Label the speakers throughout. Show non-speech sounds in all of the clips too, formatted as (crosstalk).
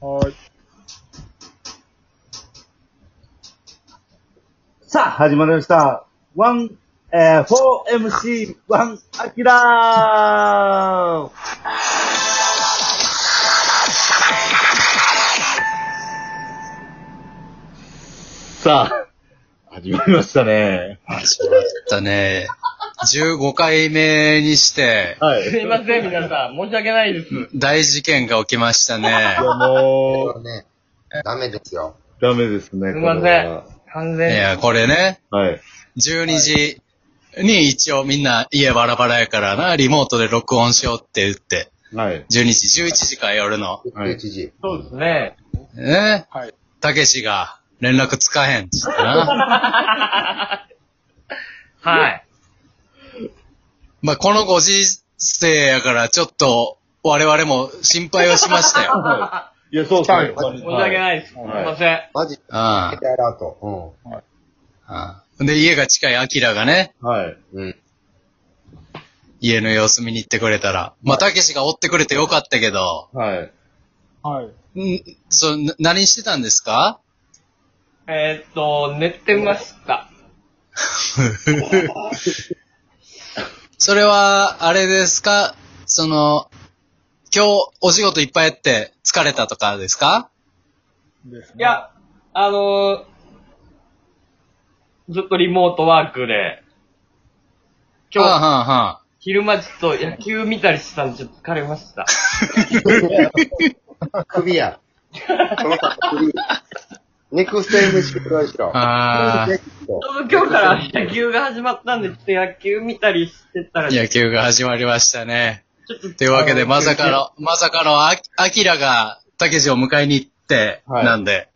Speaker 1: はーい。
Speaker 2: さあ、始まりました。ワン、えー、4MC1 アキラ
Speaker 3: さあ、始まりましたね。
Speaker 4: 始まったね。15回目にして、
Speaker 3: はい。
Speaker 1: すいません、皆さん。申し訳ないです。
Speaker 4: 大事件が起きましたね
Speaker 3: い。や、もう、
Speaker 5: ね、ダメですよ。
Speaker 3: ダメですね。
Speaker 1: すいません
Speaker 3: これは。
Speaker 1: 完
Speaker 4: い
Speaker 1: 全に。
Speaker 4: や、これね、
Speaker 3: はい。
Speaker 4: 12時に一応みんな家バラバラやからな、リモートで録音しようって言って、
Speaker 3: はい。
Speaker 4: 12時、11時か夜の。
Speaker 3: はい
Speaker 5: 11時。
Speaker 1: そうですね。
Speaker 4: ね
Speaker 1: はい。
Speaker 4: たけしが連絡つかへんっつってな。
Speaker 1: はい。
Speaker 4: まあ、このご時世やからちょっと我々も心配をしまし
Speaker 1: (laughs)
Speaker 4: たよ。
Speaker 3: いや、そうですね。
Speaker 1: 申し訳
Speaker 3: い。
Speaker 1: ないです。すい
Speaker 3: はい
Speaker 1: ません。
Speaker 5: マジ、
Speaker 4: あ
Speaker 5: 携帯アラート。
Speaker 4: あ。で、家が近いアキラがね、
Speaker 3: はい。
Speaker 5: うん。うん。
Speaker 4: 家の様子見に行ってくれたら。まあ、たけしが追ってくれてよかったけど、
Speaker 3: はい。
Speaker 1: はい。
Speaker 4: んそう、な何してたんですか
Speaker 1: えーっと、寝てました。
Speaker 4: それは、あれですかその、今日お仕事いっぱいやって疲れたとかですか
Speaker 1: いや、あのー、ずっとリモートワークで、今
Speaker 4: はあ、
Speaker 1: 日、
Speaker 4: はあはあ、
Speaker 1: 昼間ちょっと野球見たりしてたんで、ちょっと疲れま
Speaker 3: (laughs)
Speaker 1: した。
Speaker 5: 首や。その他首。ネクスト MC プロしろ。
Speaker 4: あー
Speaker 1: ちょうど今日から野球が始まったんで、ちょっと野球見たりしてたら、ちょ
Speaker 4: 野球が始まりましたね。
Speaker 1: っと、
Speaker 4: というわけで、まさかの、まさかの、あアキラが、たけしを迎えに行って、
Speaker 3: はい
Speaker 4: なんで、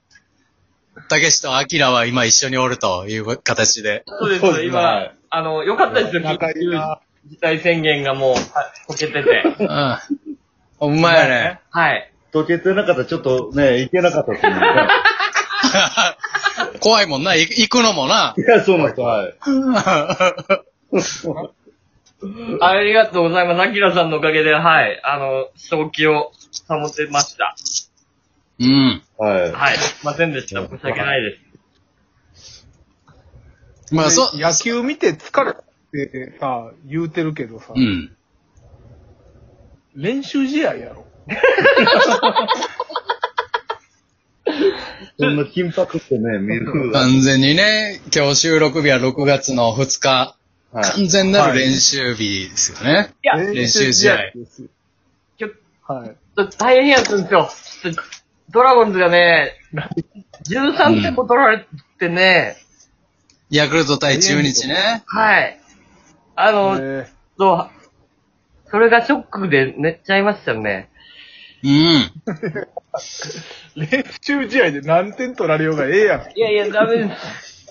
Speaker 4: たけしとアキラは今一緒におるという形で。
Speaker 1: そうです
Speaker 3: そうです、ね
Speaker 1: 今、あの、良かったですよ、緊急事態宣言がもう、は解けて
Speaker 3: (laughs)
Speaker 1: て。
Speaker 4: うん。ほんまやね。
Speaker 1: はい。
Speaker 3: 溶けてなかったらちょっとね、いけなかったですね。
Speaker 4: 怖いもんな、い行くのもな。
Speaker 3: (laughs) いや、そうなんです。はい。
Speaker 1: (laughs) ありがとうございます。アキラさんのおかげで、はい。あの、正気を保てました。
Speaker 4: うん。
Speaker 3: は
Speaker 1: はい。すいませんでした。申し訳ないです。
Speaker 4: まあ、そ、
Speaker 6: 野球見て疲れってさ、言うてるけどさ、
Speaker 4: うん。
Speaker 6: 練習試合やろ。
Speaker 3: い。そんな金箔ってね、見る。
Speaker 4: 完全にね、今日収録日は6月の2日、
Speaker 3: はい。
Speaker 4: 完全なる練習日ですよね。
Speaker 1: いや、
Speaker 4: 練習試合
Speaker 6: ですよ。
Speaker 1: ちょっ
Speaker 6: はい。
Speaker 1: と大変やったんですよ。ちょっとドラゴンズがね、13点も取られてね、
Speaker 4: ヤクルト対中日ね。
Speaker 1: はい。あの、
Speaker 6: え
Speaker 1: そう、それがショックで寝ちゃいましたね。
Speaker 4: うん。 (laughs)
Speaker 6: ー練習試合で何点取られようがええやん。
Speaker 1: いやいや、ダメです。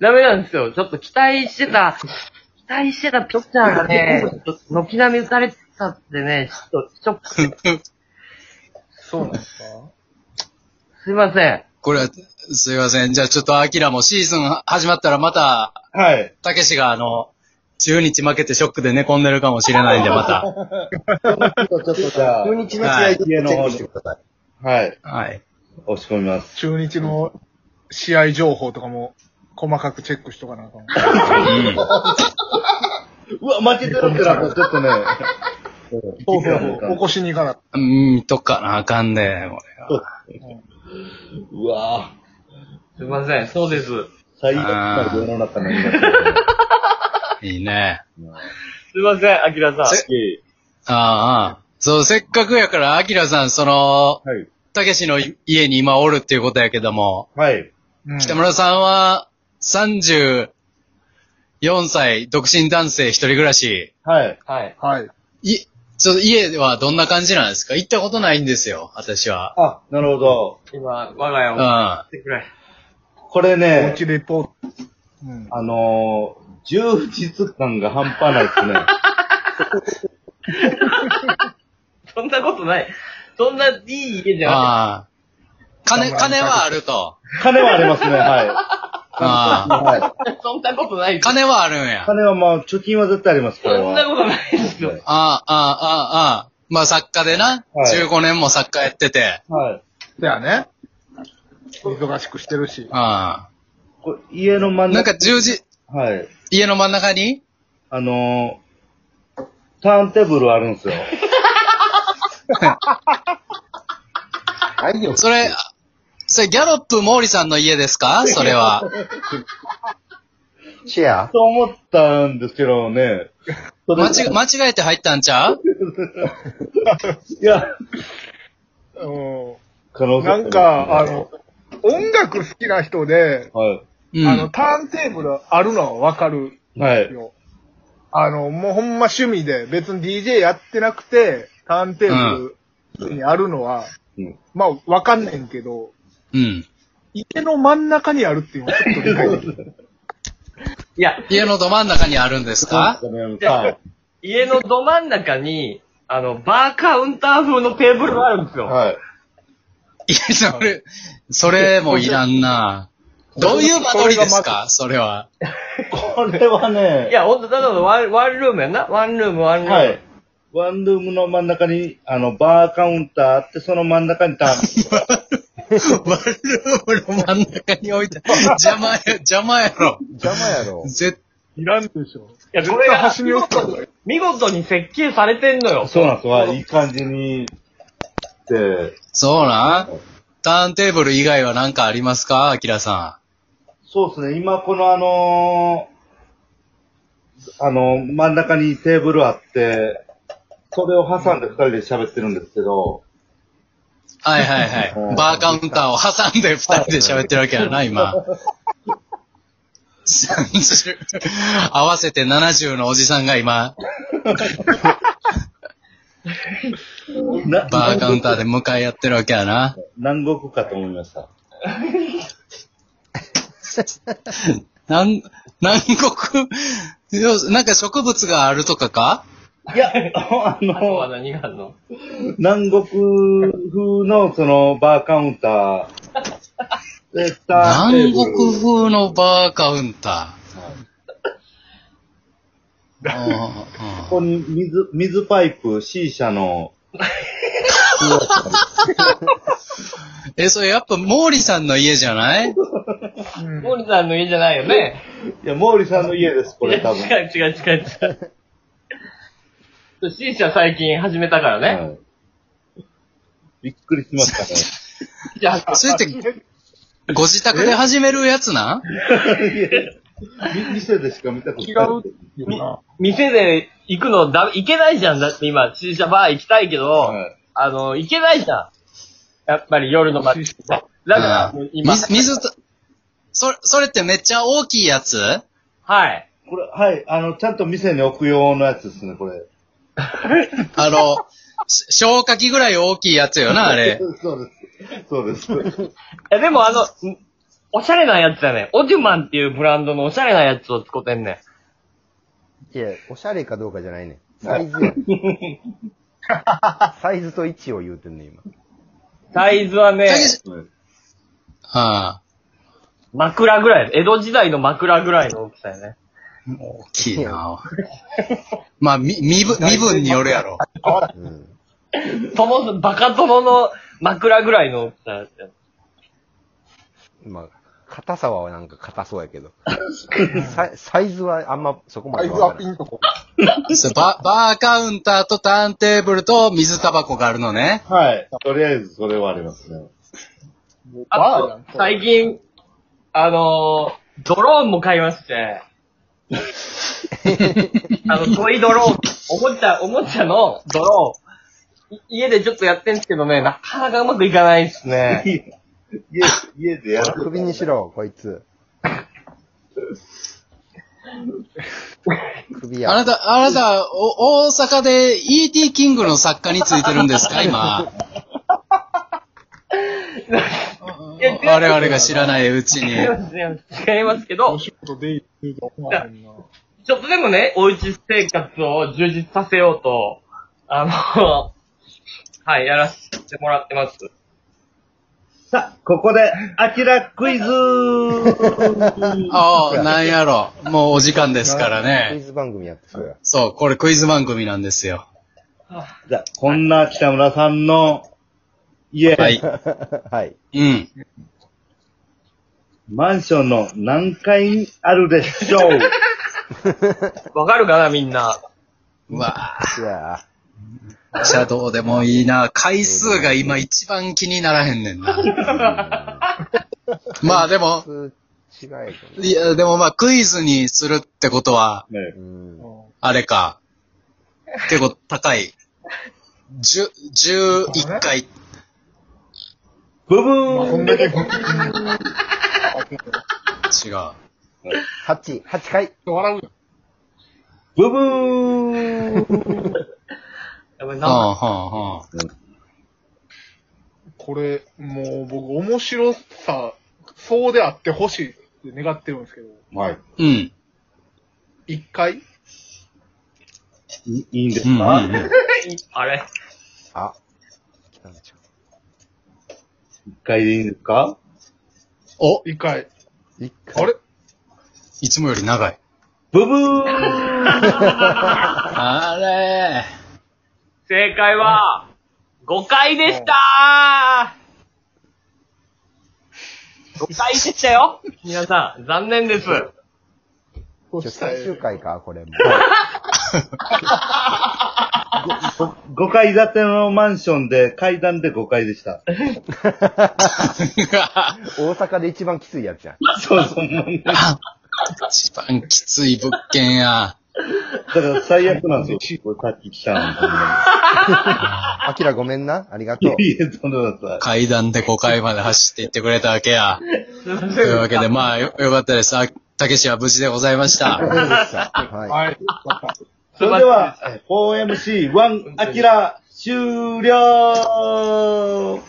Speaker 1: ダメなんですよ。ちょっと期待してた、期待してたピッチャーがね、ちょっと軒並み打たれてたってね、ちょっと、ショック
Speaker 6: そうなんですか
Speaker 1: すいません。
Speaker 4: これは、すいません。じゃあちょっとアキラもシーズン始まったらまた、
Speaker 3: はい。
Speaker 4: たけしがあの、中日負けてショックで寝込んでるかもしれないんで、また。
Speaker 5: ちょっとじゃあ、中日の試合ちょっとチェックしてください。
Speaker 3: はい。
Speaker 4: はい。
Speaker 3: 押し込みます。
Speaker 6: 中日の試合情報とかも細かくチェックしとかなあかん。
Speaker 4: うん。
Speaker 3: うわ、負けてるってなったらちょっとね。
Speaker 6: そうそう。起こしに行かなあ
Speaker 4: うん、とかなあかんねん、俺は。
Speaker 3: うわぁ。
Speaker 1: すいません。そうです。
Speaker 3: 最悪な世の中の今。
Speaker 4: いいね。
Speaker 1: すいません、アキラさん。
Speaker 4: せ
Speaker 3: え
Speaker 4: ああ、そう、せっかくやから、アキラさん、その
Speaker 3: ー、はい。
Speaker 4: たけしの家に今おるっていうことやけども、
Speaker 3: はい。
Speaker 6: うん
Speaker 4: 北村さんは34歳独身男性一人暮らし、
Speaker 3: はい。
Speaker 1: はい。
Speaker 6: はい。
Speaker 4: い、ちょっと家ではどんな感じなんですか行ったことないんですよ、私は。
Speaker 3: あ、なるほど。
Speaker 1: 今、我が家
Speaker 4: う
Speaker 1: を
Speaker 4: ん。
Speaker 1: 持っ
Speaker 4: あ
Speaker 1: てくれ。
Speaker 3: これ
Speaker 6: お
Speaker 3: ね
Speaker 6: う、ちレポート。うん。
Speaker 3: あのー、充実感が半端ない (laughs) ですね。
Speaker 1: そんなことない。そんないい家じゃな
Speaker 4: あ。金、金はあると。
Speaker 3: 金はありますね、は
Speaker 4: ああ。
Speaker 3: い。はい
Speaker 1: くて、そんなことないです。
Speaker 4: 金はあるんや。あ
Speaker 3: 金はまあ、貯金は絶対あります、これ
Speaker 1: そんな
Speaker 3: は。
Speaker 1: ことないですよ。
Speaker 4: あ、ああ、ああ。まあ作家でな、
Speaker 3: はい
Speaker 4: 15年も作家やってて、
Speaker 3: はい。
Speaker 6: だよね。忙しくしてるし。
Speaker 4: あ
Speaker 2: これ家の真
Speaker 4: あ。
Speaker 2: ん
Speaker 4: なん
Speaker 2: 中。
Speaker 4: か10時、
Speaker 2: はい。
Speaker 4: 家の真ん中に
Speaker 2: あのーターンテーブルあるん
Speaker 4: (laughs)
Speaker 2: ですよ。
Speaker 5: ないよ。
Speaker 4: それ、それギャロップ毛利さんの家ですかそれ
Speaker 6: (laughs)
Speaker 4: は。
Speaker 5: シェア
Speaker 2: と思ったんですけどね。それ
Speaker 4: 間違間違えて入ったんちゃう
Speaker 2: いや、
Speaker 6: うん。
Speaker 2: 可能性
Speaker 6: なんか、あ、の、音楽好きな人で、
Speaker 2: は
Speaker 4: うん。
Speaker 6: あの、ターンテーブルあるのはわかる
Speaker 2: い。はい。
Speaker 6: よ。あの、もうほんま趣味で、別に DJ やってなくて、ターンテーブルにあるのは、
Speaker 2: うん
Speaker 6: まあ、わかんねんけど、
Speaker 4: うん。
Speaker 6: 池の真ん中にあるっていうのはちょっと理解できない。
Speaker 1: いや、
Speaker 4: 家のど真ん中にあるんですか
Speaker 2: はい。
Speaker 1: 家のど真ん中に、あの、バーカウンター風のテーブルがあるんですよ。
Speaker 2: はい。
Speaker 4: いや、それ、それもいらんな。どういう間取りですかそれは。
Speaker 2: これはね、
Speaker 1: いや、ほんと、ただのワンワンルームやんな。ワンルーム、ワンルーム。
Speaker 2: はい。ワンルームの真ん中に、あの、バーカウンターあって、その真ん中にタ
Speaker 4: (laughs)
Speaker 2: ーン。
Speaker 4: ワンルームの真ん中に置いて、邪魔や、邪魔やろ。
Speaker 3: 邪魔やろ。
Speaker 4: 絶
Speaker 6: いらんでし
Speaker 1: い
Speaker 6: ょ。
Speaker 1: や、こ
Speaker 6: 絶
Speaker 1: れ
Speaker 6: 対
Speaker 1: が
Speaker 6: 端に置くとこ
Speaker 1: 見事に設計されてんのよ。
Speaker 2: そうなんですよ。いい感じに、で、
Speaker 4: そうなんターンテーブル以外は何かありますかアキラさ
Speaker 2: そうですね。今、このあのーあの、真ん中にテーブルあって、それを挟んで二人で喋ってるんですけど、
Speaker 4: ん。はいはい (laughs) はい。バーカウンターを挟んで二人で喋ってるわけやな、今。30合わせて70のおじさんが今、
Speaker 2: な
Speaker 4: バーカウンターで向かい合ってるわけやな。
Speaker 2: 南国かと思いました。
Speaker 4: 南、南国、よなんか植物があるとかか
Speaker 2: いや、 (laughs) あ
Speaker 1: あとは
Speaker 2: の、
Speaker 1: 何があんの
Speaker 2: 南国風のそのバーカウンター、で、ターンテー
Speaker 4: 南
Speaker 2: ブル
Speaker 4: 国風のバーカウンター。ああ
Speaker 2: ここに水、水パイプ、C 社の、
Speaker 4: あ (laughs) あえ、それやっぱ毛利さんの家じゃない
Speaker 6: うん
Speaker 1: モールさんの家じゃないよね。
Speaker 2: いや、毛利さんの家です、こ
Speaker 1: いや
Speaker 2: れ多分。
Speaker 1: 違う違う違う違う。C 社最近始めたからね。
Speaker 2: はいびっくりしました
Speaker 1: じゃあ、
Speaker 4: それって、ご自宅で始めるやつなん
Speaker 2: (laughs) ね。み店でしか見たこと
Speaker 6: 違
Speaker 2: ない。
Speaker 6: うっていうな。
Speaker 1: 店で行くのだ、行けないじゃん。だって今、C 社バー行きたいけど、
Speaker 2: はい
Speaker 1: あの、行けないじゃん。やっぱり夜の街。だから、もう今
Speaker 4: み、水と、そ、それってめっちゃ大きいやつ (laughs)
Speaker 1: はい。
Speaker 2: これ、はい、あの、ちゃんと店に置く用のやつですね、これ。
Speaker 4: あの、し消火器ぐらい大きいやつよな、あれ。
Speaker 2: そうです。そうです。
Speaker 1: いや、でもあの、んおしゃれなやつだね。オジュマンっていうブランドのおしゃれなやつを使ってんね
Speaker 3: いや、おしゃれかどうかじゃないねん。サイズやねんサイズと位置を言うてんねん、今。
Speaker 1: ん。サイズはね
Speaker 4: た、けしああ、
Speaker 1: 枕ぐらい。江戸時代の枕ぐらいの大きさやね。
Speaker 4: 大きいな。まあ、み、身分、身分による
Speaker 1: (laughs)
Speaker 4: やろ。
Speaker 3: うん。
Speaker 1: 友の、バカ殿の枕ぐらいの大きさやったよ
Speaker 3: まあ、硬さはなんか硬そうやけど。サイサイズはあんまそこま
Speaker 6: サ
Speaker 3: で
Speaker 6: イズは
Speaker 3: わ
Speaker 6: ピ
Speaker 3: からん。
Speaker 6: ンとこ。
Speaker 4: そうババーカウンターとターンテーブルと水タバコがあるのね。
Speaker 2: はい。とりあえず、それはありますね。
Speaker 6: バーや
Speaker 1: あ
Speaker 6: ん
Speaker 1: と、最近、あのー、ドローンも買いま (laughs) して。あの、トイドローン、おもちゃ、おもちゃのドローン。い家でちょっとやってんすけどね、なかなかうまくいかないっすね。
Speaker 2: 家、家でやる。
Speaker 3: 首にしろ、こいつ。首
Speaker 4: あ
Speaker 3: や。
Speaker 4: なた、あなた、お、大阪で E.T. キングの作家についてるんですか今。我々が
Speaker 1: (laughs)
Speaker 4: 知らないうちに。
Speaker 1: 違いますけど
Speaker 6: お、仕事でいいと思わへんな。
Speaker 1: ちょっとでもね、おうち生活を充実させようと、あの、 (laughs) はい、やらせてもらってます。
Speaker 2: さあ、ここで、アキラクイ (laughs) ズ
Speaker 4: ああ、なんやろ。もうお時間ですから
Speaker 3: クイ
Speaker 4: ね。
Speaker 3: ズ番組やってそうや。
Speaker 4: そう、これクイズ番組なんですよ。
Speaker 2: じゃあ、こんな北村さんのいえ、
Speaker 4: はい。
Speaker 3: (laughs) はい。
Speaker 4: うん。
Speaker 2: マンションの何階あるでしょ (laughs) う
Speaker 1: わかるかな、みんな。
Speaker 4: うわ
Speaker 3: じゃあ、
Speaker 4: ぁ。シャドウでもいいな。回数が今一番気にならへんねんな。 (laughs) まあでも、
Speaker 3: 普通違いかな。
Speaker 4: いや、でもまあクイズにするってことは、
Speaker 2: ね
Speaker 3: うん。
Speaker 4: あれか。結構高い。十、十一回。
Speaker 2: ブブー
Speaker 6: こんだけ、
Speaker 4: 違う。
Speaker 3: 8、8回。
Speaker 6: 笑うよ。
Speaker 2: ブブ (laughs) ー
Speaker 1: やばいな。
Speaker 4: はあはあはあ。
Speaker 6: これ、もう僕、面白さ、そうであってほしいって願ってるんですけど、
Speaker 2: はい。
Speaker 4: うん。
Speaker 6: 一回
Speaker 2: いいいんです
Speaker 4: うん、う
Speaker 2: か、
Speaker 4: んうん。
Speaker 1: あれ
Speaker 3: あ、来たんちゃ
Speaker 2: 一回でいいんですか
Speaker 4: お、
Speaker 6: 一回。
Speaker 3: う。1回。
Speaker 6: あれ
Speaker 4: いつもより長い。
Speaker 2: ブブー
Speaker 4: あれ
Speaker 1: 正解は、5回でしたー !5 回でしたよ皆さん、残念です。
Speaker 6: そ
Speaker 3: ちょ、
Speaker 6: したら
Speaker 3: 最終回か、これも。
Speaker 2: !5 階建てのマンションで階段で5階でした。
Speaker 3: 大阪で一番きついやつじゃん。
Speaker 2: そうそう。もうだ
Speaker 4: (laughs) 一番きつい物件や。
Speaker 2: から最悪なんですよ。これさっき来たの
Speaker 3: あきらごめんな。ありがとう。
Speaker 2: に。いえ、とんでもないです。
Speaker 4: 階段で5階まで走って行ってくれたわけや。 (laughs) というわけで、まあ、よ、よかったです。あ、たけしは無事でございま (laughs) した。
Speaker 3: は
Speaker 6: はい。
Speaker 2: それでは、4MC1 アキラ終了